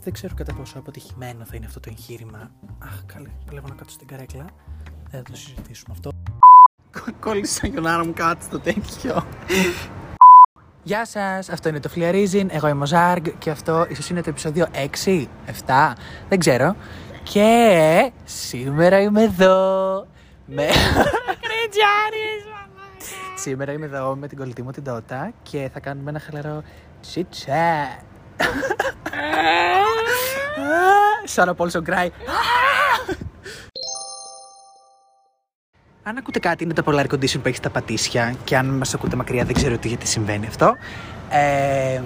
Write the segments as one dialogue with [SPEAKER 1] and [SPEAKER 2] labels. [SPEAKER 1] Δεν ξέρω κατά πόσο αποτυχημένο θα είναι αυτό το εγχείρημα. Αχ, καλέ, παλεύω να κάτσω στην καρέκλα. Δεν θα το συζητήσουμε αυτό. Κόλλησα γιονάρα μου κάτι στο τέτοιο. Γεια σας, αυτό είναι το Φλιαρίζιν. Εγώ είμαι ο Ζάργκ και αυτό ίσως είναι το επεισόδιο 6, 7, δεν ξέρω. Και σήμερα είμαι εδώ. Με...
[SPEAKER 2] Κριτζιάρης, μαλάκα.
[SPEAKER 1] σήμερα είμαι εδώ με την κολλητή μου την Τότα και θα κάνουμε ένα χαλαρό chit-chat. Σαν ο Πόλσον Κράι. Αν ακούτε κάτι, είναι το Polar Condition που έχει στα πατήσια και αν μας ακούτε μακριά δεν ξέρω τι γιατί συμβαίνει αυτό. Ε,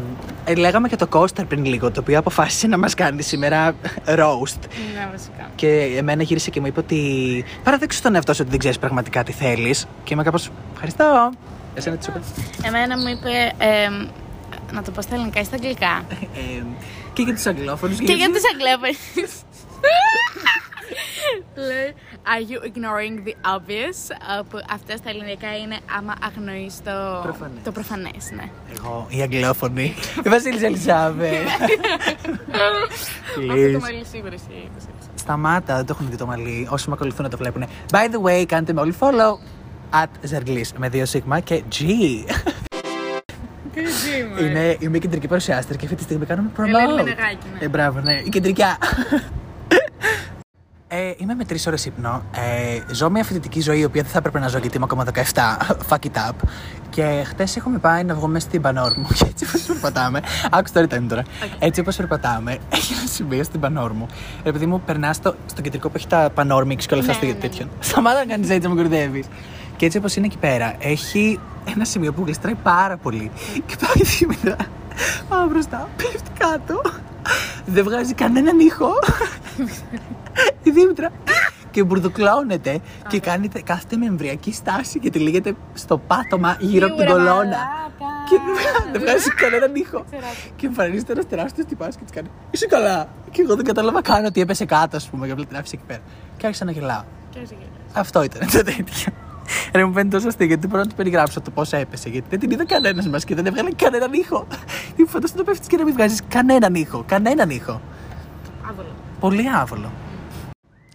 [SPEAKER 1] ε, λέγαμε και το Κώσταρ πριν λίγο, το οποίο αποφάσισε να μας κάνει σήμερα roast.
[SPEAKER 2] Ναι, βασικά.
[SPEAKER 1] Και εμένα γύρισε και μου είπε ότι παραδείξου τον εαυτό σου ότι δεν ξέρεις πραγματικά τι θέλεις. Και είμαι κάπως. Ευχαριστώ. Εσένα τι σου είπα.
[SPEAKER 2] Εμένα μου είπε. ε, να το πω στα ελληνικά ή στα αγγλικά.
[SPEAKER 1] Ε, και για του Αγγλόφωνου.
[SPEAKER 2] και για τους αγγλέφες. Λέει, are you ignoring the obvious? Όπου αυτά στα ελληνικά είναι άμα αγνοείς το
[SPEAKER 1] Προφανές.
[SPEAKER 2] το προφανές, ναι.
[SPEAKER 1] Εγώ, οι Αγγλόφωνοι. Η Βασίλισσα Ελισάβε.
[SPEAKER 2] Αυτό το μαλλί σίγουρα εσύ είπες, έτσι.
[SPEAKER 1] Σταμάτα, δεν το έχουν δει το μαλλί. Όσοι με ακολουθούν να το βλέπουν. By the way, κάντε με όλοι follow. At Ζεργλής με δύο σίγμα και G. Είναι, είμαι η κεντρική παρουσιάστρια και αυτή τη στιγμή κάνουμε
[SPEAKER 2] Ελένη
[SPEAKER 1] promote.
[SPEAKER 2] Μενεγάκη, ναι.
[SPEAKER 1] Ε, μπράβο, ναι. Η κεντρικιά. Ε, είμαι με τρεις ώρες ύπνο. Ε, ζω μια φοιτητική ζωή, η οποία δεν θα έπρεπε να ζω γιατί είμαι ακόμα 17. Fuck it up. Και χτες έχουμε πάει να βγούμε στην πανόρμου. Και έτσι όπως περπατάμε. Άκουσα τώρα ήταν τώρα. Έτσι όπως περπατάμε, έχει ένα σημείο στην πανόρμου. Ρε παιδί μου, περνάς στο, στο κεντρικό που έχει τα πανόρμιξ και όλα αυτά
[SPEAKER 2] Ναι,
[SPEAKER 1] στο
[SPEAKER 2] ναι, ναι.
[SPEAKER 1] τέτοιον. Σταμάτα να κάνεις έτσι, να με κορυδεύεις. Και έτσι όπως είναι εκεί πέρα, έχει ένα σημείο που γλιστράει πάρα πολύ. Και πάει σήμερα. Πάω μπροστά, πέφτει κάτω. Δεν βγάζει κανέναν ήχο. Η Δήμητρα. Και μπουρδουκλώνεται και κάνετε, κάθεται με εμβριακή στάση και τη λέγεται στο πάτωμα γύρω από την
[SPEAKER 2] Σίγουρα,
[SPEAKER 1] κολόνα.
[SPEAKER 2] μαλάκα.
[SPEAKER 1] Και δεν βγάζει κανέναν ήχο.
[SPEAKER 2] Ξέρω.
[SPEAKER 1] Και εμφανίζεται ένας τεράστιος τυπάς και της κάνει Είσαι καλά. Και εγώ δεν κατάλαβα καν ότι έπεσε κάτω, ας πούμε, και απλά την άφησε εκεί πέρα. Και άρχισα να γελάω.
[SPEAKER 2] Και έτσι γίνεται.
[SPEAKER 1] Αυτό ήταν το τέτοιο. Ρε μου φαίνεται τόσο αστείο γιατί δεν μπορώ να του περιγράψω το πώς έπεσε. Γιατί δεν την είδε κανένας μας και δεν έβγαλε κανέναν ήχο. Τι φανταστείτε να πέφτεις και να μην βγάζεις κανέναν ήχο. Κανέναν ήχο.
[SPEAKER 2] Άβολο.
[SPEAKER 1] Πολύ άβολο.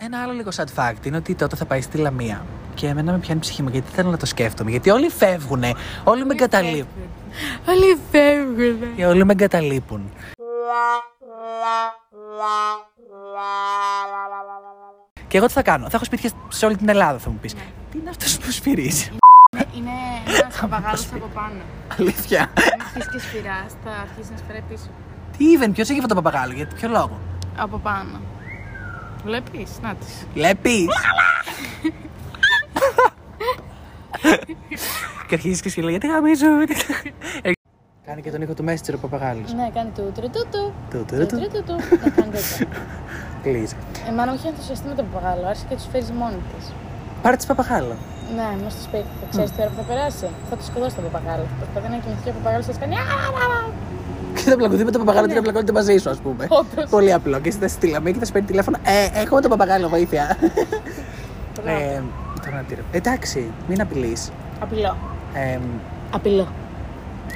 [SPEAKER 1] Ένα άλλο λίγο sad fact είναι ότι τότε θα πάει στη Λαμία. Και εμένα με πιάνει η ψυχή μου γιατί θέλω να το σκέφτομαι. Γιατί όλοι φεύγουνε, όλοι με εγκαταλείπουν.
[SPEAKER 2] Όλοι φεύγουν.
[SPEAKER 1] Και όλοι με εγκαταλείπουν. Και εγώ τι θα κάνω, θα έχω σπίτια σε όλη την Ελλάδα, θα μου πεις. Τι είναι αυτός που σφυρίζει.
[SPEAKER 2] Είναι ένας παπαγάλος από πάνω.
[SPEAKER 1] Αλήθεια.
[SPEAKER 2] Αν αρχίσεις και σφυράς, θα αρχίσεις να σφυράει πίσω.
[SPEAKER 1] Τι even, ποιος έχει αυτό το παπαγάλο, για ποιο λόγο.
[SPEAKER 2] Από πάνω. Βλέπεις, να τη.
[SPEAKER 1] Βλέπει. και αρχίζεις και σου λέει Γιατί Ε, γαμίζω. Κάνει και τον ήχο του Messenger ο παπαγάλος.
[SPEAKER 2] Ναι, κάνει του τρουτούτου.
[SPEAKER 1] Του
[SPEAKER 2] Του
[SPEAKER 1] του
[SPEAKER 2] τρουτούτου. Να κάνει τέτοια.
[SPEAKER 1] Κλείζει.
[SPEAKER 2] Η μάνα μου είχε ενθουσιαστεί με τον παπαγάλο, άρχισε και τους φέρει μόνη της.
[SPEAKER 1] Πάρε τη παπαγάλο.
[SPEAKER 2] Ναι, μέσα στο σπίτι. Θα ξέρεις τι ώρα που θα περάσει. Θα του σκοτώσει τον παπαγάλο. Προσπαθεί να κοιμηθεί ο παπαγάλο, σα κάνει.
[SPEAKER 1] Και θα πλακωθεί με τον παπαγάλο και θα πλακώνεται μαζί σου, ας πούμε.
[SPEAKER 2] Όντως.
[SPEAKER 1] Πολύ απλό. Και εσύ θα στη λαμία και θα σου παίρνει τηλέφωνο. Ε, έχουμε τον παπαγάλο, βοήθεια.
[SPEAKER 2] Ναι.
[SPEAKER 1] Ε, τώρα να τη ρε- Εντάξει, μην Ε, απειλεί.
[SPEAKER 2] Απειλό. Απειλό.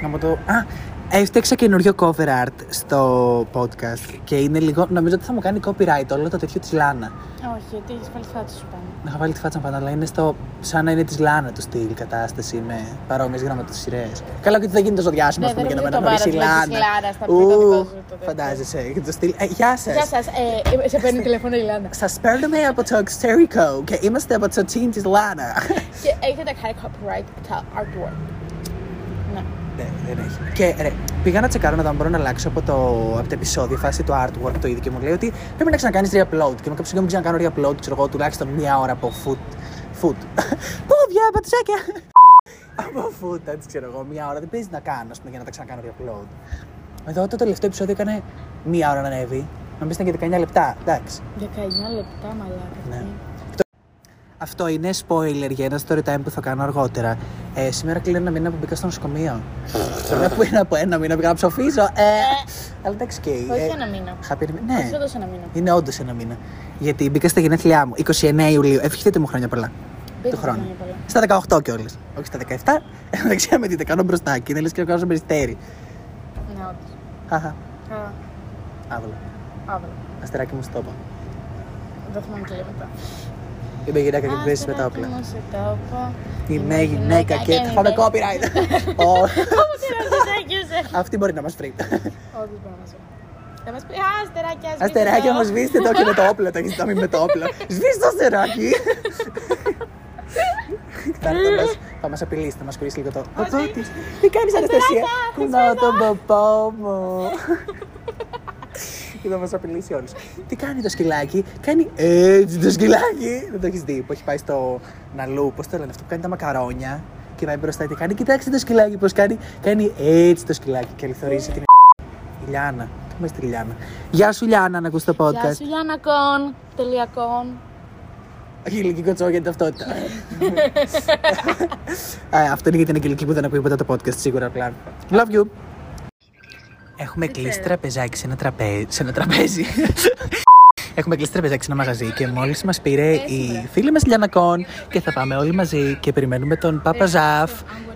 [SPEAKER 1] Να μου το. Α, έφτιαξα καινούριο cover art στο podcast και είναι λίγο. Νομίζω ότι θα μου κάνει copyright όλο το τέτοιο της Λάνα.
[SPEAKER 2] Όχι, γιατί έχεις πάλι φάτσε σου πάνω.
[SPEAKER 1] Να είχα βάλει τη φάτσα μου πάνω, αλλά είναι στο. σαν να είναι της Λάνα το στυλ κατάσταση με παρόμοιες γραμματοσυρέ. Καλά, και τι θα γίνει τόσο διάσημο,
[SPEAKER 2] Ναι,
[SPEAKER 1] ας πούμε,
[SPEAKER 2] δεν
[SPEAKER 1] για να με
[SPEAKER 2] νομίζω το
[SPEAKER 1] αναγνωρίσει η
[SPEAKER 2] βάρος με
[SPEAKER 1] Λάνα.
[SPEAKER 2] της Λάνας θα πει το δικό
[SPEAKER 1] Ου,
[SPEAKER 2] σου το τέτοιο.
[SPEAKER 1] φαντάζεσαι. Και το στυλ. «Ε, γεια σας.
[SPEAKER 2] Γεια σας. Σε παίρνει τηλέφωνο η Λάνα.
[SPEAKER 1] Σας παίρνουμε από το εξωτερικό και είμαστε από το team της Λάνα.
[SPEAKER 2] Και έχετε κάνει copyright τα artwork. Ναι.
[SPEAKER 1] Ναι, δεν έχει. Και ρε, πήγα να τσεκάρω να δω αν μπορώ να αλλάξω από το, από το επεισόδιο, φάση το artwork το ίδιο και μου λέει ότι πρέπει να ξανακάνεις re-upload. Και με κάποιο συγγνώμη ξανακάνω re-upload, ξέρω εγώ, τουλάχιστον μία ώρα από foot. Foot. Πόδια, πατσάκια. από foot, έτσι ξέρω εγώ, μία ώρα δεν παίζει να κάνω, ας πούμε, για να τα ξανακάνω re-upload. Εδώ το τελευταίο επεισόδιο έκανε μία ώρα να ανέβει. Να μπει ήταν και 19 λεπτά. Εντάξει.
[SPEAKER 2] 19 λεπτά μαλάκα.
[SPEAKER 1] Ναι. Αυτό είναι spoiler για ένα story time που θα κάνω αργότερα. Ε, σήμερα κλείνω ένα μήνα που μπήκα στο νοσοκομείο. Σήμερα που είναι από ένα μήνα πήγα να ψοφίζω. Ε, αλλά εντάξει και.
[SPEAKER 2] Όχι ένα μήνα.
[SPEAKER 1] μήνα.
[SPEAKER 2] Όχι
[SPEAKER 1] Ε, Ναι,
[SPEAKER 2] όντως ένα μήνα.
[SPEAKER 1] είναι όντως ένα μήνα. Γιατί μπήκα στα γενέθλιά μου 29 Ιουλίου. Ευχηθείτε μου χρόνια πολλά.
[SPEAKER 2] Δεν
[SPEAKER 1] του
[SPEAKER 2] ξέρω
[SPEAKER 1] χρόνου.
[SPEAKER 2] χρόνια πολλά.
[SPEAKER 1] Στα 18 κιόλας. Όχι στα 17. Δεν ξέρω με τι τα κάνω μπροστά. Και είναι λες και να κάνω περιστέρι.
[SPEAKER 2] Ναι, όντως.
[SPEAKER 1] Χαχα.
[SPEAKER 2] Α,
[SPEAKER 1] Άβολα.
[SPEAKER 2] Άβαλα.
[SPEAKER 1] Αστεράκι μου στο τόπο.
[SPEAKER 2] Δεν θυμάμαι τι λέει μετά.
[SPEAKER 1] Είμαι γυναίκα και μην παίζει με τα
[SPEAKER 2] Αστεράκι
[SPEAKER 1] όπλα.
[SPEAKER 2] μου σε τόπο.
[SPEAKER 1] Είμαι γυναίκα και έχουμε
[SPEAKER 2] μην
[SPEAKER 1] copyright. Ω,
[SPEAKER 2] Όπως είναι αυτό το σάκιουσε.
[SPEAKER 1] Αυτή μπορεί να μας φρει.
[SPEAKER 2] Όχι, δεν μπορεί να μας βρει. Θα μας πει, α, αστεράκια, σβήστε
[SPEAKER 1] Αστεράκι
[SPEAKER 2] το».
[SPEAKER 1] όμως σβήστε το και με το όπλο. Το έχεις δει με το όπλο. Σβήστε το αστεράκι. Θα μας- Θα μας απειλήσει, θα μας κουρίσει λίγο το.
[SPEAKER 2] Μας
[SPEAKER 1] Το
[SPEAKER 2] λέει,
[SPEAKER 1] της. ναι. Τι κάνεις Αναστασία. Κουνάω τον ποπό μου. Και θα μας απειλήσει όλους. Τι κάνει το σκυλάκι, κάνει έτσι το σκυλάκι. Δεν το έχεις δει που έχει πάει στο ναλού. Πώς το λένε αυτό που κάνει τα μακαρόνια. Και πάει μπροστά και κάνει, κοιτάξτε το σκυλάκι πώς κάνει. Κάνει έτσι το σκυλάκι και
[SPEAKER 2] Ε.
[SPEAKER 1] αληθωρίζει την. Η Λιάνα. Τι είμαστε, Λιάνα. Γεια σου, Λιάνα, να ακούς το podcast.
[SPEAKER 2] Γεια σου Γιάννα Κον, τελειακόν.
[SPEAKER 1] Αγγελική κοτσό για την ταυτότητα. Ε, αυτό είναι για την Αγγελική που δεν ακούει ποτέ το podcast, σίγουρα απλά. Love you. Έχουμε κλείσει τραπεζάκι σε ένα τραπέζι. Σε ένα τραπέζι. Έχουμε κλείσει τραπεζάκι σε ένα μαγαζί και μόλις μας πήρε η φίλη μας Λιανακόν και θα πάμε όλοι μαζί και περιμένουμε τον Πάπα Ζαφ.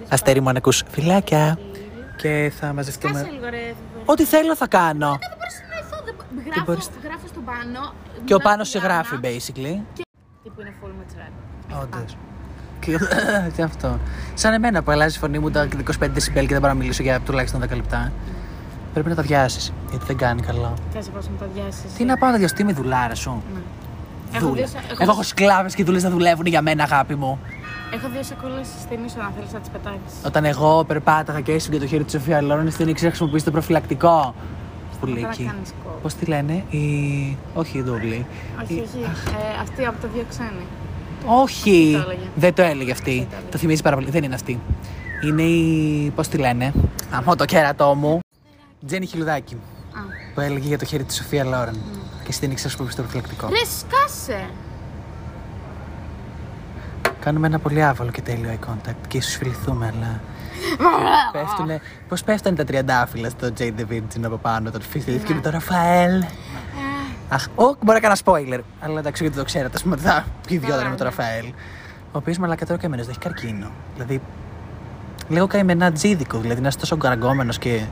[SPEAKER 1] Αστέρι μου, αν ακούς φιλάκια. Και θα μαζευτούμε.
[SPEAKER 2] Κάσε λίγο ρε. Δεν
[SPEAKER 1] Ό,τι θέλω θα κάνω.
[SPEAKER 2] μπορώ να συνεννοηθώ, δεν μπο- Γράφω,
[SPEAKER 1] μπορείς-
[SPEAKER 2] γράφω στον πάνω.
[SPEAKER 1] Και ο
[SPEAKER 2] μιλάω
[SPEAKER 1] πάνω σε
[SPEAKER 2] στη Γιάννα,
[SPEAKER 1] γράφει, basically.
[SPEAKER 2] Τι που είναι full με τσράν.
[SPEAKER 1] Όντω. Και τι αυτό. Σαν εμένα που αλλάζει η φωνή μου τα 25 δεσιμπέλ και δεν μπορώ να μιλήσω για τουλάχιστον 10 λεπτά. Πρέπει να τα βιάσει, γιατί δεν κάνει καλό.
[SPEAKER 2] Θα σε πάω να τα διάσεις.
[SPEAKER 1] Τι να πάω να διαστεί με δουλάρα σου.
[SPEAKER 2] Ναι. Έχω
[SPEAKER 1] Δούλα.
[SPEAKER 2] δύο σε-
[SPEAKER 1] Εγώ έχω σκλάβες και δουλειές να δουλεύουν για μένα, αγάπη μου.
[SPEAKER 2] Έχω δύο σακούλες στην ίσο, αν θέλεις να τις πετάξεις.
[SPEAKER 1] Όταν εγώ περπάταγα και έσυγα το χέρι της Σοφία Λόρεν, στην ήξερα να χρησιμοποιήσει το προφυλακτικό.
[SPEAKER 2] Θα
[SPEAKER 1] Πουλίκι.
[SPEAKER 2] κάνεις κόπο.
[SPEAKER 1] Πώς τη λένε, η. Όχι η δούλη.
[SPEAKER 2] Όχι, όχι. Ε, Αυτή από το διοξάνη.
[SPEAKER 1] Όχι!
[SPEAKER 2] Δεν το έλεγε.
[SPEAKER 1] Δεν το έλεγε αυτή. Το θυμίζει πάρα πολύ. Δεν είναι αυτή. Είναι η. Πώς τη λένε. Αμό το κέρατό μου. Τζένι Χιλουδάκη.
[SPEAKER 2] Α.
[SPEAKER 1] Που έλεγε για το χέρι της Σοφία Λόρεν. Και στην ήξερα που στο προφυλακτικό.
[SPEAKER 2] Ρε, σκάσε!
[SPEAKER 1] Κάνουμε ένα πολύ άβολο και τέλειο eye contact και ίσως φιληθούμε, αλλά. πέφτουνε. Πώς πέφτανε τα τριαντάφυλλα στο Jane the Virgin από πάνω, τον φιληθήκε με τον Ραφαέλ. Αχ, ο, μπορεί να κάνω spoiler. Αλλά εντάξει, γιατί το ξέρατε, ας πούμε, θα πει δυο με τον Ραφαέλ. Ο οποίος μαλακά τώρα καημένο, δεν έχει καρκίνο. Δηλαδή, λίγο καημένα τζίδικο, δηλαδή να είσαι τόσο γκαραγκόμενος και.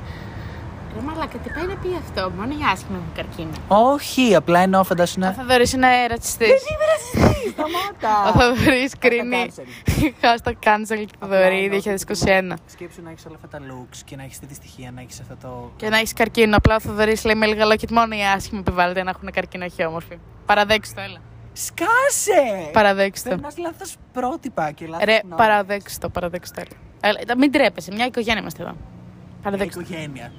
[SPEAKER 2] Ρε μαλάκα, τι πάει να πει αυτό, μόνο για άσχημα με καρκίνα.
[SPEAKER 1] Όχι, απλά εννοώ φαντάσου να.
[SPEAKER 2] Ο Θοδωρής είναι ρατσιστής. Ο
[SPEAKER 1] Σταμάτα!
[SPEAKER 2] Θοδωρής κρίνει. Hashtag cancel Θοδωρή 2021.
[SPEAKER 1] Σκέψου να έχεις όλα αυτά τα looks και να έχεις τη δυστυχία, να έχεις αυτό το.
[SPEAKER 2] Και να έχεις καρκίνο. Απλά ο Θοδωρής λέει με λίγα λόγια ότι μόνο οι άσχημοι επιβάλλεται να έχουν καρκίνο, όχι οι όμορφοι. Παραδέξτε το, έλα. Ε,
[SPEAKER 1] Σκάσε!
[SPEAKER 2] Παραδέξτε το.
[SPEAKER 1] Περνά λάθος πρότυπα και λάθος.
[SPEAKER 2] Ρε, παραδέξτε το, παραδέξτε το. Έλα. Έλα, ε, Μην τρέπεσαι, μια οικογένεια είμαστε εδώ. Παραδέξτε το.
[SPEAKER 1] Οικογένεια.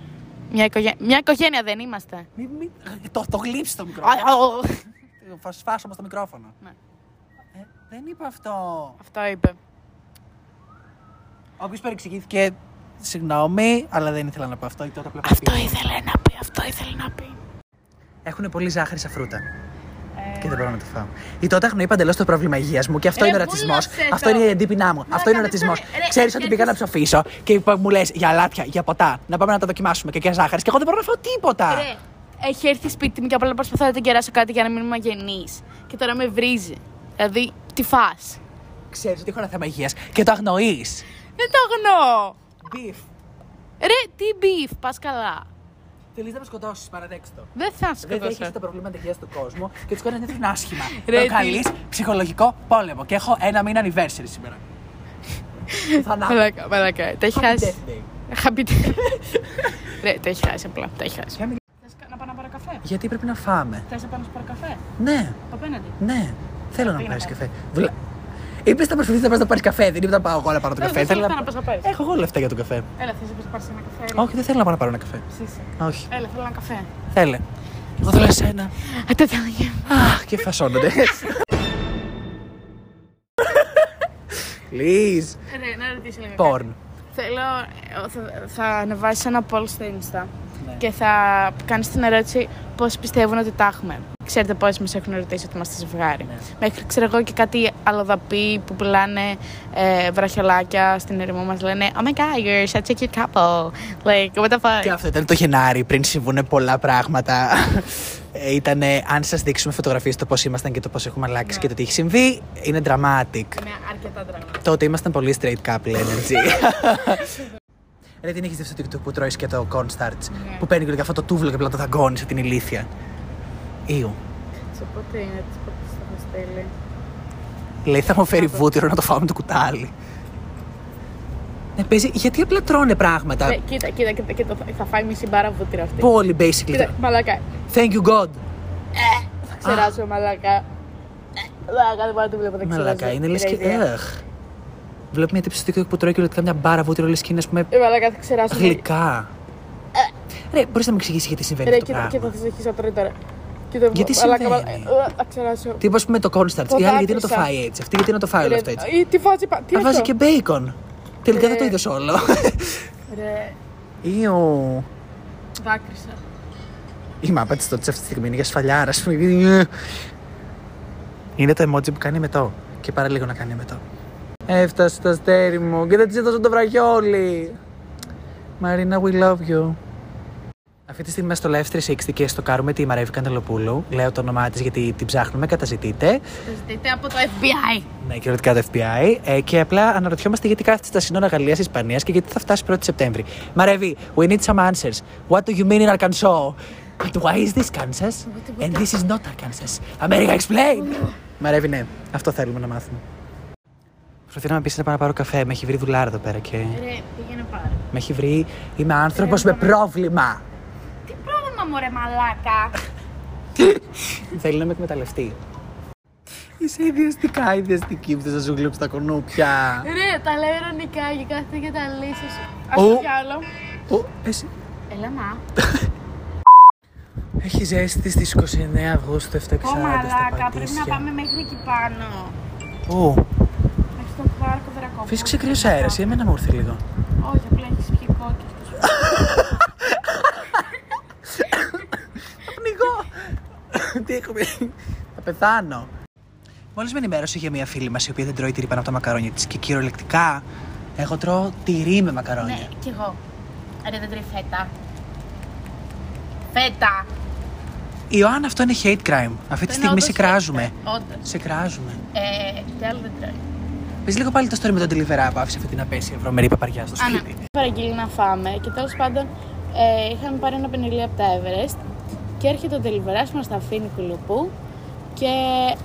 [SPEAKER 2] Μια, οικογέ... μια οικογένεια δεν είμαστε.
[SPEAKER 1] Μη, μη... Το, το γλύψεις το μικρόφωνο.
[SPEAKER 2] Α, ο, ο.
[SPEAKER 1] Θα σφάσω όμως το μικρόφωνο.
[SPEAKER 2] Ναι.
[SPEAKER 1] Ε, δεν είπα αυτό.
[SPEAKER 2] Αυτό είπε.
[SPEAKER 1] Ο οποίο παρεξηγήθηκε. Συγγνώμη, αλλά δεν ήθελα να πω αυτό. Τότε απλά
[SPEAKER 2] Αυτό ήθελε να πει, αυτό ήθελε να πει.
[SPEAKER 1] Έχουν πολύ ζάχαρη στα φρούτα. Και δεν μπορώ να το φάω. Η τότε αγνοεί παντελώς το πρόβλημα υγείας μου και αυτό
[SPEAKER 2] Ε. Ρε,
[SPEAKER 1] είναι ρατσισμό.
[SPEAKER 2] βούλαψε το.
[SPEAKER 1] Αυτό είναι η εντύπηνά μου. αυτό είναι ο
[SPEAKER 2] δεν
[SPEAKER 1] ρατσισμό.
[SPEAKER 2] πρέπει- ρε, ε,
[SPEAKER 1] Ξέρεις ότι
[SPEAKER 2] γιατί-
[SPEAKER 1] πήγα να ψοφήσω και είπα- μου λες για αλάτια, για ποτά, να πάμε να τα δοκιμάσουμε και για ζάχαρη. Και εγώ δεν μπορώ να φάω τίποτα.
[SPEAKER 2] Ρε, έχει έρθει σπίτι μου και απλά προσπαθώ να την κεράσω κάτι για να μην είμαι αγενή. Και τώρα με βρίζει. Δηλαδή, τι φά.
[SPEAKER 1] Ξέρεις ότι έχω ένα θέμα υγείας και το αγνοείς.
[SPEAKER 2] Δεν το αγνώ.
[SPEAKER 1] Μπιφ.
[SPEAKER 2] Ρε, τι μπιφ, πας καλά.
[SPEAKER 1] Θέλεις να με σκοτώσεις, παραδέξτε το.
[SPEAKER 2] Δεν θα
[SPEAKER 1] Δεν δέχεσαι
[SPEAKER 2] σκοτώσω.
[SPEAKER 1] τα προβλήματα υγεία του κόσμου και του κάνει να νιώθουν άσχημα.
[SPEAKER 2] Ρε,
[SPEAKER 1] Προκαλεί ψυχολογικό πόλεμο. Και έχω ένα μήνα anniversary σήμερα. Του θανάτου.
[SPEAKER 2] Μαλάκα, μαλάκα. Τα έχει χάσει.
[SPEAKER 1] Happy death day.
[SPEAKER 2] Χαμπίτε. Ρε, τα έχει χάσει απλά. Τα έχει χάσει.
[SPEAKER 1] Για μην-
[SPEAKER 2] Θες να πάω να πάρω καφέ.
[SPEAKER 1] Γιατί πρέπει να φάμε.
[SPEAKER 2] Θες να πάω να σου πάρω καφέ.
[SPEAKER 1] Ναι,
[SPEAKER 2] Απέναντι.
[SPEAKER 1] ναι. Θέλω να πάρει καφέ. Δουλα... Είπες να προσπαθεί να πας να πάρεις καφέ. Δεν είπε να πάω εγώ να πάρω το
[SPEAKER 2] Δεν
[SPEAKER 1] καφέ.
[SPEAKER 2] θέλω
[SPEAKER 1] Θέλω
[SPEAKER 2] να πας να πάρεις.
[SPEAKER 1] Έχω εγώ λεφτά για τον καφέ.
[SPEAKER 2] Ε, Έλα, θες να πάρεις ένα καφέ. ρε.
[SPEAKER 1] Όχι, δεν θέλω να πάω να πάρω ένα καφέ.
[SPEAKER 2] Ψήσε.
[SPEAKER 1] Όχι.
[SPEAKER 2] Έλα, θέλω ένα καφέ.
[SPEAKER 1] Θέλε. Εγώ θέλω εσένα.
[SPEAKER 2] Α, το θέλω και εγώ.
[SPEAKER 1] Αχ, και φασώνονται. Λίζ.
[SPEAKER 2] Ρε, να ρωτήσω λίγο. κάτι.
[SPEAKER 1] Πόρν.
[SPEAKER 2] Θέλω, ε, θα, θα ανεβάσεις ένα poll στο Insta
[SPEAKER 1] Ναι.
[SPEAKER 2] και θα κάνεις την ερώτηση πώς πιστεύουν ότι τα έχουμε. Ξέρετε πόσοι μας έχουν ρωτήσει ότι είμαστε ζευγάρι.
[SPEAKER 1] Ναι.
[SPEAKER 2] Μέχρι ξέρω εγώ και κάτι αλλοδαπή που πουλάνε ε, βραχιολάκια στην ερημό μας λένε Oh my god, you're such a cute couple. Like, what the fuck.
[SPEAKER 1] Και αυτό ήταν το Γενάρη, πριν συμβούν πολλά πράγματα. Ήταν αν σας δείξουμε φωτογραφίες το πώς ήμασταν και το πώς έχουμε αλλάξει και το τι έχει συμβεί, είναι dramatic.
[SPEAKER 2] Είναι αρκετά τραγούδια.
[SPEAKER 1] Τότε ήμασταν πολύ straight couple energy. Ρε, την έχεις δει αυτό το TikTok που τρώεις και το cornstarch. Που παίρνει και αυτό το τούβλο και απλά το δαγκώνεις σε την ηλίθεια. Ιου.
[SPEAKER 2] Κάτσε, πότε είναι, τι πότε θα μας στείλει.
[SPEAKER 1] Λέει θα μου φέρει
[SPEAKER 2] το-
[SPEAKER 1] βούτυρο να το φάω με το κουτάλι. Ναι, παίζει. Γιατί απλά τρώνε
[SPEAKER 2] Ε,
[SPEAKER 1] πράγματα.
[SPEAKER 2] Κοίτα, κοίτα, κοίτα, κοίτα, θα- θα φάει μισή μπάρα βούτυρο αυτή.
[SPEAKER 1] Πολύ basically.
[SPEAKER 2] Κοίτα, μαλακά.
[SPEAKER 1] Thank you God.
[SPEAKER 2] Θα ξεράσω, μαλακά. Ε, Μαλακά, δεν μπορώ να το βλέπω, δεν ξεράζω.
[SPEAKER 1] Μαλακά, είναι λες και. ε,
[SPEAKER 2] Ρε, ιδέα.
[SPEAKER 1] Εχ. Βλέπει μια τύψη στο TikTok που τρώει και ολικά μια μπάρα βούτυρο, λες και είναι ας πούμε
[SPEAKER 2] Ε, Μαλακά, θα ξεράσω.
[SPEAKER 1] γλυκά. Ρε, μπορείς να μου εξηγήσεις γιατί συμβαίνει
[SPEAKER 2] Ρε,
[SPEAKER 1] αυτό το
[SPEAKER 2] κοίτα, κοίτα,
[SPEAKER 1] πράγμα.
[SPEAKER 2] θα συνεχίσω να τρώει τώρα. Κοίτα,
[SPEAKER 1] Γιατί
[SPEAKER 2] μαλακά, μαλα-
[SPEAKER 1] συμβαίνει?
[SPEAKER 2] ε, ε, Θα ξεράσω.
[SPEAKER 1] Τι ας πούμε το cornstarch. Η άλλη γιατί να το
[SPEAKER 2] Ποδάτισα.
[SPEAKER 1] φάει έτσι. Αυτή γιατί να το φάει όλο
[SPEAKER 2] Ρε,
[SPEAKER 1] αυτό έτσι.
[SPEAKER 2] ε, Τι φάση, πα- τι
[SPEAKER 1] Θα βάζει
[SPEAKER 2] αυτό.
[SPEAKER 1] και bacon. Τελικά δεν το
[SPEAKER 2] Ε.
[SPEAKER 1] είδες όλο.
[SPEAKER 2] Ρε,
[SPEAKER 1] Ιω.
[SPEAKER 2] δάκρυσα.
[SPEAKER 1] Η μάπα τη τότε αυτή τη στιγμή είναι για σφαλιάρα. ας πούμε. Είναι το emoji που κάνει μετό. Και πάρα λίγο να κάνει μετό. Έφτασε το αστέρι μου και δεν της έδωσα το βραχιόλι. Μαρίνα, we love you. Αυτή τη στιγμή είμαστε στο Live 360 και στο κάρουμε τη Μαρέβη Καντελοπούλου. Λέω το όνομά της γιατί την ψάχνουμε, καταζητείτε.
[SPEAKER 2] Το ζητείτε από το FBI.
[SPEAKER 1] Ναι, κυριολεκτικά το FBI. Ε, και απλά αναρωτιόμαστε γιατί κάθεται στα σύνορα Γαλλία-Ισπανία και γιατί θα φτάσει 1η Σεπτέμβρη. Μαρέβη, we need some answers. What do you mean in Arkansas? And why is this Kansas? And this is not Arkansas. America, explain! Μαρέβη, ναι, αυτό θέλουμε να μάθουμε. Προσπαθεί να με πείσει να πάω να πάρω καφέ. Με έχει βρει δουλάρα εδώ πέρα και.
[SPEAKER 2] Ρε, πήγαινε πάρα.
[SPEAKER 1] Με έχει βρει. Είμαι άνθρωπος με πρόβλημα.
[SPEAKER 2] Τι πρόβλημα μου, ρε, μαλάκα.
[SPEAKER 1] Θέλει να με εκμεταλλευτεί. Είσαι ιδιαστικά ιδιαστική που δεν σα ζουγλέψει τα κονούπια.
[SPEAKER 2] Ρε, τα λέω ειρωνικά και κάθεται και τα λύσεις. Ας
[SPEAKER 1] Ου.
[SPEAKER 2] το διάλογο.
[SPEAKER 1] Ω, εσύ.
[SPEAKER 2] Έλα, μα.
[SPEAKER 1] Έχει ζέστη στις 29 Αυγούστου 7.60 στα
[SPEAKER 2] Ω, μαλάκα, πρέπει να
[SPEAKER 1] Παντήσια.
[SPEAKER 2] πάμε μέχρι εκεί πάνω.
[SPEAKER 1] Πού?
[SPEAKER 2] Μέχρι τον πάρκο Δρακόπουλο.
[SPEAKER 1] Φύσηξε κρύος αέρας, ή εμένα μου ήρθε λίγο.
[SPEAKER 2] Όχι, απλά έχει πιει κόκκι.
[SPEAKER 1] Θα πνιγώ! Τι έχουμε... Θα πεθάνω. Μόλις με ενημέρωσε για μία φίλη μας η οποία δεν τρώει τυρί πάνω από τα μακαρόνια της και κυριολεκτικά εγώ τρώω τυρί με
[SPEAKER 2] Ναι,
[SPEAKER 1] μακαρόνια.
[SPEAKER 2] κι εγώ. Ρε, δεν τρώει φέτα. Φέτα.
[SPEAKER 1] Η Ιωάννα αυτό είναι hate crime. Αυτή τη στιγμή σε κράζουμε.
[SPEAKER 2] Όντως.
[SPEAKER 1] Σε κράζουμε.
[SPEAKER 2] Ε, τι άλλο δεν τρώει.
[SPEAKER 1] Πες λίγο πάλι το story με τον Deliveroo που άφησε αυτή την απέσια βρωμερή παπαριά στο
[SPEAKER 2] Άνα,
[SPEAKER 1] σπίτι.
[SPEAKER 2] ναι. παραγγείλει να φάμε και τέλος πάντων ε, είχαμε πάρει ένα πενιλί από τα Everest και έρχεται ο Τελιβερά, μας τα αφήνει κουλουπού και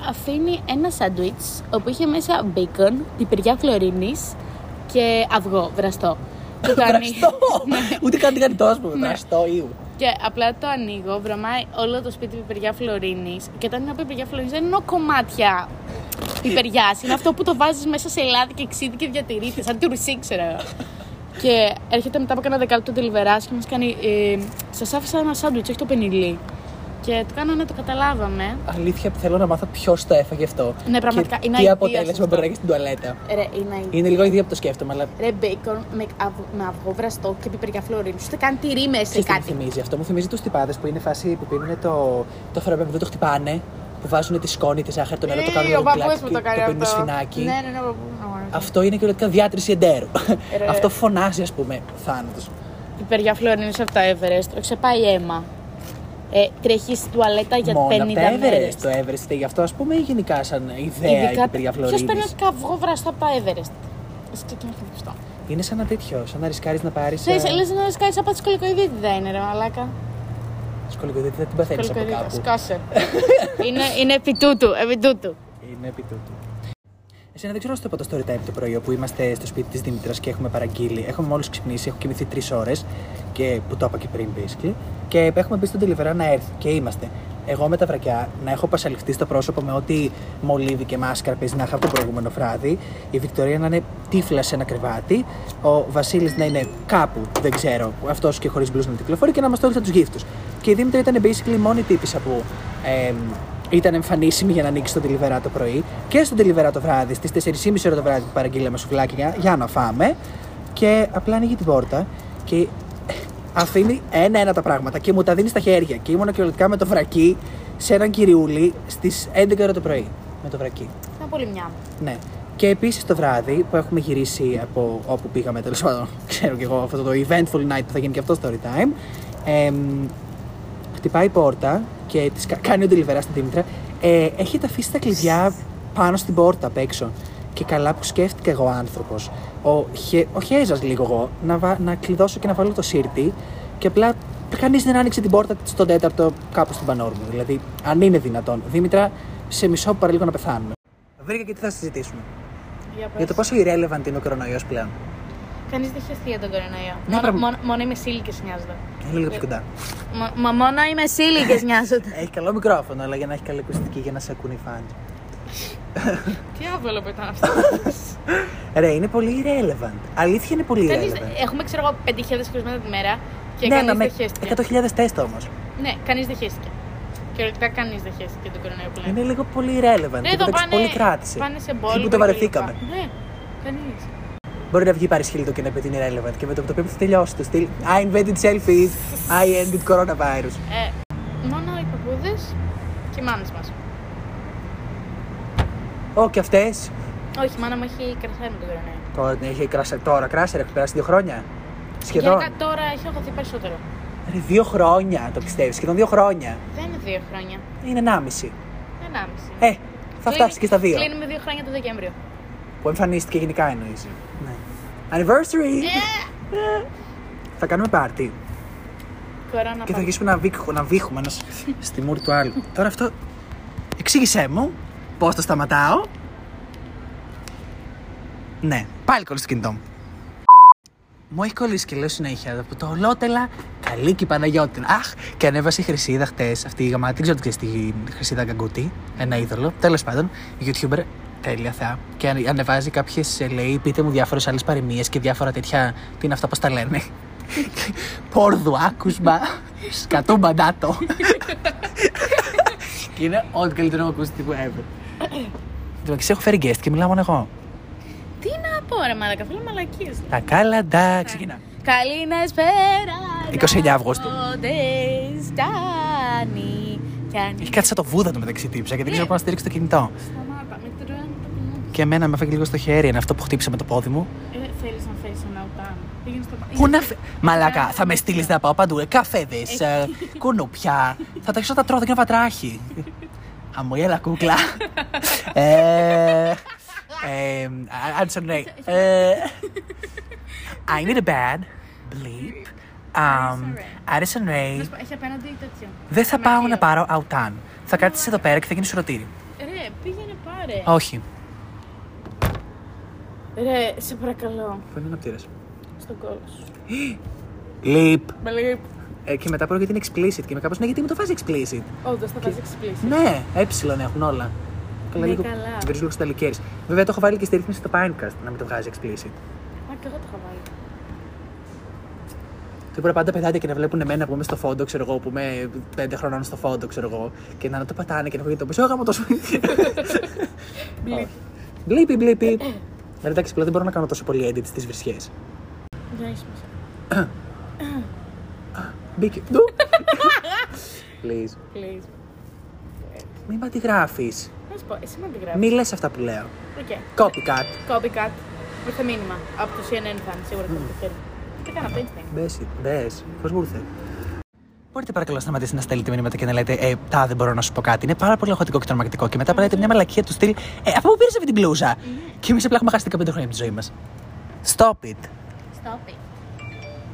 [SPEAKER 2] αφήνει ένα σάντουιτς όπου είχε μέσα μπέικον, πιπεριά κλωρίνης και αυγό, βραστό. Και το ανοίγει.
[SPEAKER 1] Βραστό!
[SPEAKER 2] Ναι.
[SPEAKER 1] Ούτε καν την κάνει τόσο που βραστό ήου.
[SPEAKER 2] Και απλά το ανοίγω, βρωμάει όλο το σπίτι πιπεριά φλωρίνη. Και όταν είναι πιπεριά φλωρίνη, δεν εννοώ κομμάτια πιπεριά. Είναι αυτό που το βάζεις μέσα σε ελάδι και ξύδι και διατηρείται, σαν τουρσί, ξέρω εγώ. Και έρχεται μετά από κανένα δεκάλεπτο τελειβερά και μας κάνει. Ε, Σας άφησα ένα σάντουιτ, όχι το πενιλί. Και του κάνω να το καταλάβαμε.
[SPEAKER 1] Αλήθεια που θέλω να μάθω ποιος το έφαγε αυτό.
[SPEAKER 2] Ναι, πραγματικά,
[SPEAKER 1] Και
[SPEAKER 2] είναι
[SPEAKER 1] τι
[SPEAKER 2] idea
[SPEAKER 1] αποτέλεσμα
[SPEAKER 2] αυτό.
[SPEAKER 1] μπορεί να έχεις στην τουαλέτα.
[SPEAKER 2] Ρε, είναι
[SPEAKER 1] Είναι λίγο ιδέα που το σκέφτομαι, αλλά.
[SPEAKER 2] Ρε, μπέικον με, αυγ- με αυγό βραστό και πιπεριά φλωρίνη. Σου τα κάνει τυρί μέσα σε
[SPEAKER 1] Ξέρεις τι μου
[SPEAKER 2] κάτι.
[SPEAKER 1] θυμίζει αυτό. Μου θυμίζει τους τυπάδες που είναι φάση που πίνουν το, το φεραπέμπι, δεν το χτυπάνε. Που βάζουν τη σκόνη, της ζάχαρη, το νερό, το
[SPEAKER 2] Ε,
[SPEAKER 1] κάνουν
[SPEAKER 2] ο παππούς
[SPEAKER 1] γλυκάκι
[SPEAKER 2] μου
[SPEAKER 1] και
[SPEAKER 2] το κάνει
[SPEAKER 1] πίνουν
[SPEAKER 2] αυτό.
[SPEAKER 1] σφινάκι.
[SPEAKER 2] Ναι, ναι, ναι, ο παππούς μου.
[SPEAKER 1] Αυτό είναι κυριολεκτικά διάτρηση εντέρου.
[SPEAKER 2] Ρε.
[SPEAKER 1] αυτό φωνάζει, ας πούμε, θάνατο.
[SPEAKER 2] Πιπεριά φλωρίνη από τα Everest. Ξεπάει αίμα. Ε, τρέχει στην τουαλέτα Ε, για
[SPEAKER 1] Μόνο
[SPEAKER 2] 50
[SPEAKER 1] από τα
[SPEAKER 2] μέρες.
[SPEAKER 1] Everest το Everest. Γι' αυτό, ας πούμε, ή γενικά σαν ιδέα η παιδιά
[SPEAKER 2] Ποιος παίρνει
[SPEAKER 1] Φλωρίνης.
[SPEAKER 2] καυγό βραστό από τα Everest. Εσύ και κοινό χτυπηστό.
[SPEAKER 1] Είναι σαν ένα τέτοιο, σαν να ρισκάρεις να ε, πάρει.
[SPEAKER 2] Ξέρεις, λες να σκάει από τη σκολικοειδή δεν είναι, ρε μαλάκα.
[SPEAKER 1] Σκολικοδίτη, δεν την παθαίνει από
[SPEAKER 2] Σκολικοειδή,
[SPEAKER 1] κάπου.
[SPEAKER 2] σκάσε. είναι, είναι επί τούτου, επί τούτου.
[SPEAKER 1] Είναι επί τούτου. Εσένα δεν ξέρω στο το story time το πρωί που είμαστε στο σπίτι της Δήμητρα και έχουμε παραγγείλει. Έχουμε μόλις ξυπνήσει, έχω κοιμηθεί τρεις ώρες και που το είπα και πριν, basically. Και έχουμε μπει στον Τελιβερά να έρθει και είμαστε. Εγώ με τα βρακιά να έχω πασαλιχτεί στο πρόσωπο με ό,τι μολύβι και μάσκαρ παίζει να είχα από το προηγούμενο βράδυ. Η Βικτωρία να είναι τύφλα σε ένα κρεβάτι. Ο Βασίλης να είναι κάπου, δεν ξέρω, αυτός και χωρίς μπλουζ να κυκλοφορεί και να μας τόλισε τους γύφτους. Και η Δήμητρα ήταν basically μόνη τύπησα που εμ, ήταν εμφανίσιμη για να ανοίξει τον Τελιβερά το πρωί και στον Τελιβερά το βράδυ, στις 4.30 ώρα το βράδυ που παραγγείλαμε σουβλάκια για, για να φάμε. Και απλά ανοίγει την πόρτα και ε, αφήνει ένα-ένα τα πράγματα και μου τα δίνει στα χέρια. Και ήμουνα κυριολεκτικά με το βρακί σε έναν κυριούλι στι 11 ώρα το πρωί. Με το βρακί.
[SPEAKER 2] Να πολύ μια.
[SPEAKER 1] Ναι. Και επίσης το βράδυ που έχουμε γυρίσει από όπου πήγαμε, τέλος πάντων, ξέρω κι εγώ αυτό το eventful night που θα γίνει και αυτό story time. εμ, χτυπάει η πόρτα και της κα- κάνει ο Ντελιβερά στην Δήμητρα. Ε, έχετε αφήσει τα κλειδιά πάνω στην πόρτα απ' έξω. Και καλά που σκέφτηκα εγώ άνθρωπος. Ο, χε, ο Χέζας λίγο εγώ να, βα- να κλειδώσω και να βάλω το σύρτη και απλά κανείς δεν άνοιξε την πόρτα τη στον τέταρτο κάπου στην Πανόρμη. Δηλαδή, αν είναι δυνατόν. Δήμητρα, σε μισό παραλίγο να πεθάνουμε. Βρήκα και τι θα συζητήσουμε.
[SPEAKER 2] Για πες.
[SPEAKER 1] Για το πόσο irrelevant είναι ο κορονοϊός πλέον.
[SPEAKER 2] Κανείς δεν χαιστεί για τον κορονοϊό.
[SPEAKER 1] Ναι,
[SPEAKER 2] μόνο,
[SPEAKER 1] πράγμα.
[SPEAKER 2] μόνο, μόνο οι μεσήλικες νοιάζονται.
[SPEAKER 1] Είναι
[SPEAKER 2] Ε,
[SPEAKER 1] λίγο πιο κοντά.
[SPEAKER 2] Μο- Μα μόνο οι μεσήλικες νοιάζονται.
[SPEAKER 1] Έχει καλό μικρόφωνο, αλλά για να έχει καλή ακουστική για να σε ακούνε οι φάνοι.
[SPEAKER 2] Τι άβολο που ήταν αυτό.
[SPEAKER 1] Ρε, είναι πολύ irrelevant. Αλήθεια είναι πολύ
[SPEAKER 2] Κανείς-
[SPEAKER 1] irrelevant.
[SPEAKER 2] Έχουμε, ξέρω εγώ, 5.000 κρουσμένα τη μέρα και
[SPEAKER 1] ναι,
[SPEAKER 2] κανείς
[SPEAKER 1] αλλά
[SPEAKER 2] δεν
[SPEAKER 1] με
[SPEAKER 2] χαίστηκε.
[SPEAKER 1] 100.000 τεστ όμως.
[SPEAKER 2] Ναι, κανείς δεν χαίστηκε. Και ορεικτά κανείς δεν χαίστηκε τον κορονοϊό πλέον.
[SPEAKER 1] Είναι λίγο πολύ irrelevant.
[SPEAKER 2] Ναι,
[SPEAKER 1] και
[SPEAKER 2] εδώ
[SPEAKER 1] δεν
[SPEAKER 2] πάνε,
[SPEAKER 1] πολύ κράτησε.
[SPEAKER 2] πάνε σε
[SPEAKER 1] Εκεί
[SPEAKER 2] μπόλικο.
[SPEAKER 1] που το
[SPEAKER 2] και
[SPEAKER 1] βαρεθήκαμε.
[SPEAKER 2] λοιπά. Ναι, κανείς.
[SPEAKER 1] Μπορεί να βγει η Παρισχύλτο και να πει την irrelevant και με το που το πει θα τελειώσει το στυλ. I invented selfies, I ended coronavirus.
[SPEAKER 2] Ε, μόνο οι παππούδες και οι μάνε μας.
[SPEAKER 1] Ω, και αυτές.
[SPEAKER 2] Όχι, η μάνα μου έχει κρασάρι με τον κορονοϊό.
[SPEAKER 1] Τώρα την έχει κράσα, τώρα κράσερ, έχει περάσει δύο χρόνια. Σχεδόν.
[SPEAKER 2] Γενικά τώρα έχει αγωθεί περισσότερο.
[SPEAKER 1] Ρε, δύο χρόνια το πιστεύεις, σχεδόν δύο χρόνια.
[SPEAKER 2] Δεν είναι δύο χρόνια.
[SPEAKER 1] Είναι ενάμιση.
[SPEAKER 2] Ενάμιση.
[SPEAKER 1] Ε, θα φτάσει
[SPEAKER 2] Κλείνει-
[SPEAKER 1] και στα δύο.
[SPEAKER 2] Κλείνουμε δύο χρόνια το Δεκέμβριο.
[SPEAKER 1] Που εμφανίστηκε γενικά εννοείς. Ναι. Anniversary!
[SPEAKER 2] Ε, Ναι.
[SPEAKER 1] Ε. θα κάνουμε πάρτι.
[SPEAKER 2] Κορώνα
[SPEAKER 1] Και θα
[SPEAKER 2] πάμε.
[SPEAKER 1] αρχίσουμε να, βήχ, να βήχουμε ένας στη μούρη του άλλου. Τώρα αυτό. Εξήγησέ μου πώς το σταματάω. Ναι, πάλι κολλήσει το κινητό μου. Μου έχει κολλήσει και λέω συνέχεια από το ολότελα καλή και η Παναγιώτη. Αχ, και ανέβασε η Χρυσίδα χτες, αυτή η γαμάτη. Δεν ξέρω τι ξέρεις τη Χρυσίδα Γκαγκούτη, ένα είδωλο. Τέλος πάντων, YouTuber, τέλεια θεά. Και ανε- ανεβάζει κάποιες, λέει, πείτε μου διάφορες άλλες παροιμίες και διάφορα τέτοια. Τι είναι αυτά, πώς τα λένε. Πόρδου, άκουσμα, σκατού μπαντάτο. και είναι ό,τι καλύτερο έχω ακούσει τύπου ever. Εν τω μεταξύ, έχω φέρει guest και μιλάω μόνο εγώ.
[SPEAKER 2] Τι να πω, ρε Μαλάκα, θέλω μαλακίες.
[SPEAKER 1] Τα κάλαντα, ξεκινά.
[SPEAKER 2] Καληνεσπέρα.
[SPEAKER 1] 29 Αυγούστου.
[SPEAKER 2] Ότες κάνει κι αν
[SPEAKER 1] Έχει κάτι σαν το βούδα το μεταξύ τύψα και δεν ξέρω
[SPEAKER 2] Ναι.
[SPEAKER 1] πώς να στηρίξει το κινητό.
[SPEAKER 2] Σταμάτα, με τρώει το ποινό.
[SPEAKER 1] Και εμένα με έφαγε λίγο στο χέρι, είναι αυτό που χτύπησε με το πόδι μου.
[SPEAKER 2] Ε, Θέλεις να φέρεις ένα ουτάν. Πήγαινε στο πα-
[SPEAKER 1] Πού να.
[SPEAKER 2] Είναι-
[SPEAKER 1] φε- Μαλάκα,
[SPEAKER 2] Κάνε
[SPEAKER 1] θα με
[SPEAKER 2] ένα
[SPEAKER 1] στείλει
[SPEAKER 2] ουτάν.
[SPEAKER 1] να πάω παντού. Ε, καφέδε, κουνούπια. θα τα αρχίσω να τα τρώω, δεν κάνω πατράχη. Αμοϊέλα κούκλα. ε, ε, Άντσον, ναι. Ε, I need a bad bleep. Um, Addison Ray.
[SPEAKER 2] Να σου πω, Έχει απέναντι τέτοιο.
[SPEAKER 1] Δεν θα
[SPEAKER 2] Σωματείο.
[SPEAKER 1] πάω να πάρω αουτάν. Θα κάτσεις εδώ πέρα και θα γίνει σουρωτήρι.
[SPEAKER 2] Ρε, πήγαινε πάρε.
[SPEAKER 1] Όχι.
[SPEAKER 2] Ρε, σε παρακαλώ.
[SPEAKER 1] Πού είναι ο αναπτήρας.
[SPEAKER 2] Στον κόλο σου.
[SPEAKER 1] Leap.
[SPEAKER 2] Με λέει,
[SPEAKER 1] Ε, και μετά πρώτα γιατί είναι explicit. Και με κάπως ναι, γιατί μου το βάζει explicit.
[SPEAKER 2] όντως θα πας εξυπλήσει.
[SPEAKER 1] Ναι, έψιλον έχουν όλα.
[SPEAKER 2] Ναι,
[SPEAKER 1] λίγο.
[SPEAKER 2] καλά.
[SPEAKER 1] Βρίζω λίγο στα λικέρι. Βέβαια το έχω βάλει και στη ρύθμιση στο Pinecast να μην το βγάζει explicit.
[SPEAKER 2] Α, και εγώ το είχα βάλει.
[SPEAKER 1] Τι μπορεί πάντα παιδάκια και να βλέπουν εμένα που είμαι στο φόντο, ξέρω εγώ, που είμαι πέντε χρονών στο φόντο, ξέρω εγώ, και να το πατάνε και να ακούγεται το πίσω γάμο το σπίτι.
[SPEAKER 2] Μπλίπ.
[SPEAKER 1] Μπλίπι, μπλίπι. Ρε, εντάξει, πλέον δεν μπορώ να κάνω τόσο πολύ edit στις βρυσιέ.
[SPEAKER 2] Δεν έχεις μέσα.
[SPEAKER 1] Μπήκε. Ντου. Please.
[SPEAKER 2] Please.
[SPEAKER 1] Μην μα τη γράφεις.
[SPEAKER 2] Να σου πω, εσύ με αντιγράφεις.
[SPEAKER 1] Μη λες αυτά που λέω.
[SPEAKER 2] Οκ.
[SPEAKER 1] Copycat.
[SPEAKER 2] Copycat. Μου ήρθε μήνυμα από το CNN θα είναι σίγουρα το χέρι. Τι κάνω, το Instagram.
[SPEAKER 1] Μπες, μπες. Πώς μου ήρθε. Μπορείτε παρακαλώ να σταματήσετε να στέλνετε μηνύματα και να λέτε Ε, τα δεν μπορώ να σου πω κάτι. Είναι πάρα πολύ οχωτικό και τρομακτικό. Και μετά παρέτε μια μαλακία του στυλ Ε, από πού πήρες αυτή την πλούζα. Και εμείς απλά έχουμε χάσει 15 χρόνια από τη ζωή μας. Stop it.
[SPEAKER 2] Stop it.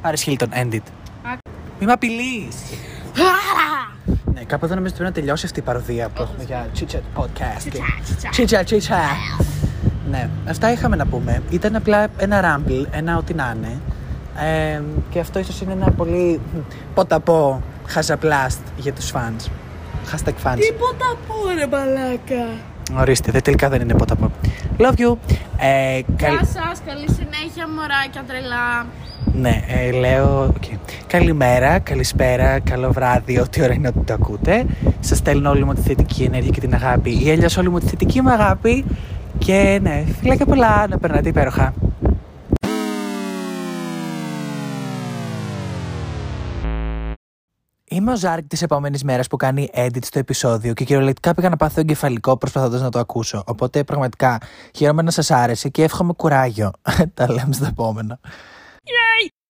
[SPEAKER 1] Άρε Χίλτον, end it.
[SPEAKER 2] Α.
[SPEAKER 1] Μη με απειλεί. Ναι, κάπου εδώ νομίζω πρέπει να τελειώσει αυτή η παροδία που έχουμε για Chitchat Podcast. και- Chitchat, chitchat. Ναι, αυτά είχαμε να πούμε. Ήταν απλά ένα ramble, ένα ό,τι να είναι. Ε, και αυτό ίσως είναι ένα πολύ ποταπό χαζαπλάστ για τους fans. Hashtag fans.
[SPEAKER 2] Τίποτα πω ρε μπαλάκα.
[SPEAKER 1] Ορίστε, δε, τελικά δεν είναι ποταπό. Love you. Ε, καλ-
[SPEAKER 2] Γεια σας, καλή συνέχεια μωράκια τρελά.
[SPEAKER 1] Ναι, ε, λέω. οκ. Καλημέρα, καλησπέρα, καλό βράδυ, ό,τι ώρα είναι ότι το ακούτε. Σας στέλνω όλη μου τη θετική ενέργεια και την αγάπη, ή αλλιώ όλη μου τη θετική μου αγάπη. Και ναι, φιλάκια πολλά, να περνάτε υπέροχα. Είμαι ο Ζάρκ της επόμενης μέρας που κάνει edit στο επεισόδιο και κυριολεκτικά πήγα να πάθω εγκεφαλικό προσπαθώντας να το ακούσω. Οπότε πραγματικά χαίρομαι να σας άρεσε και εύχομαι κουράγιο. Τα λέμε στο επόμενο.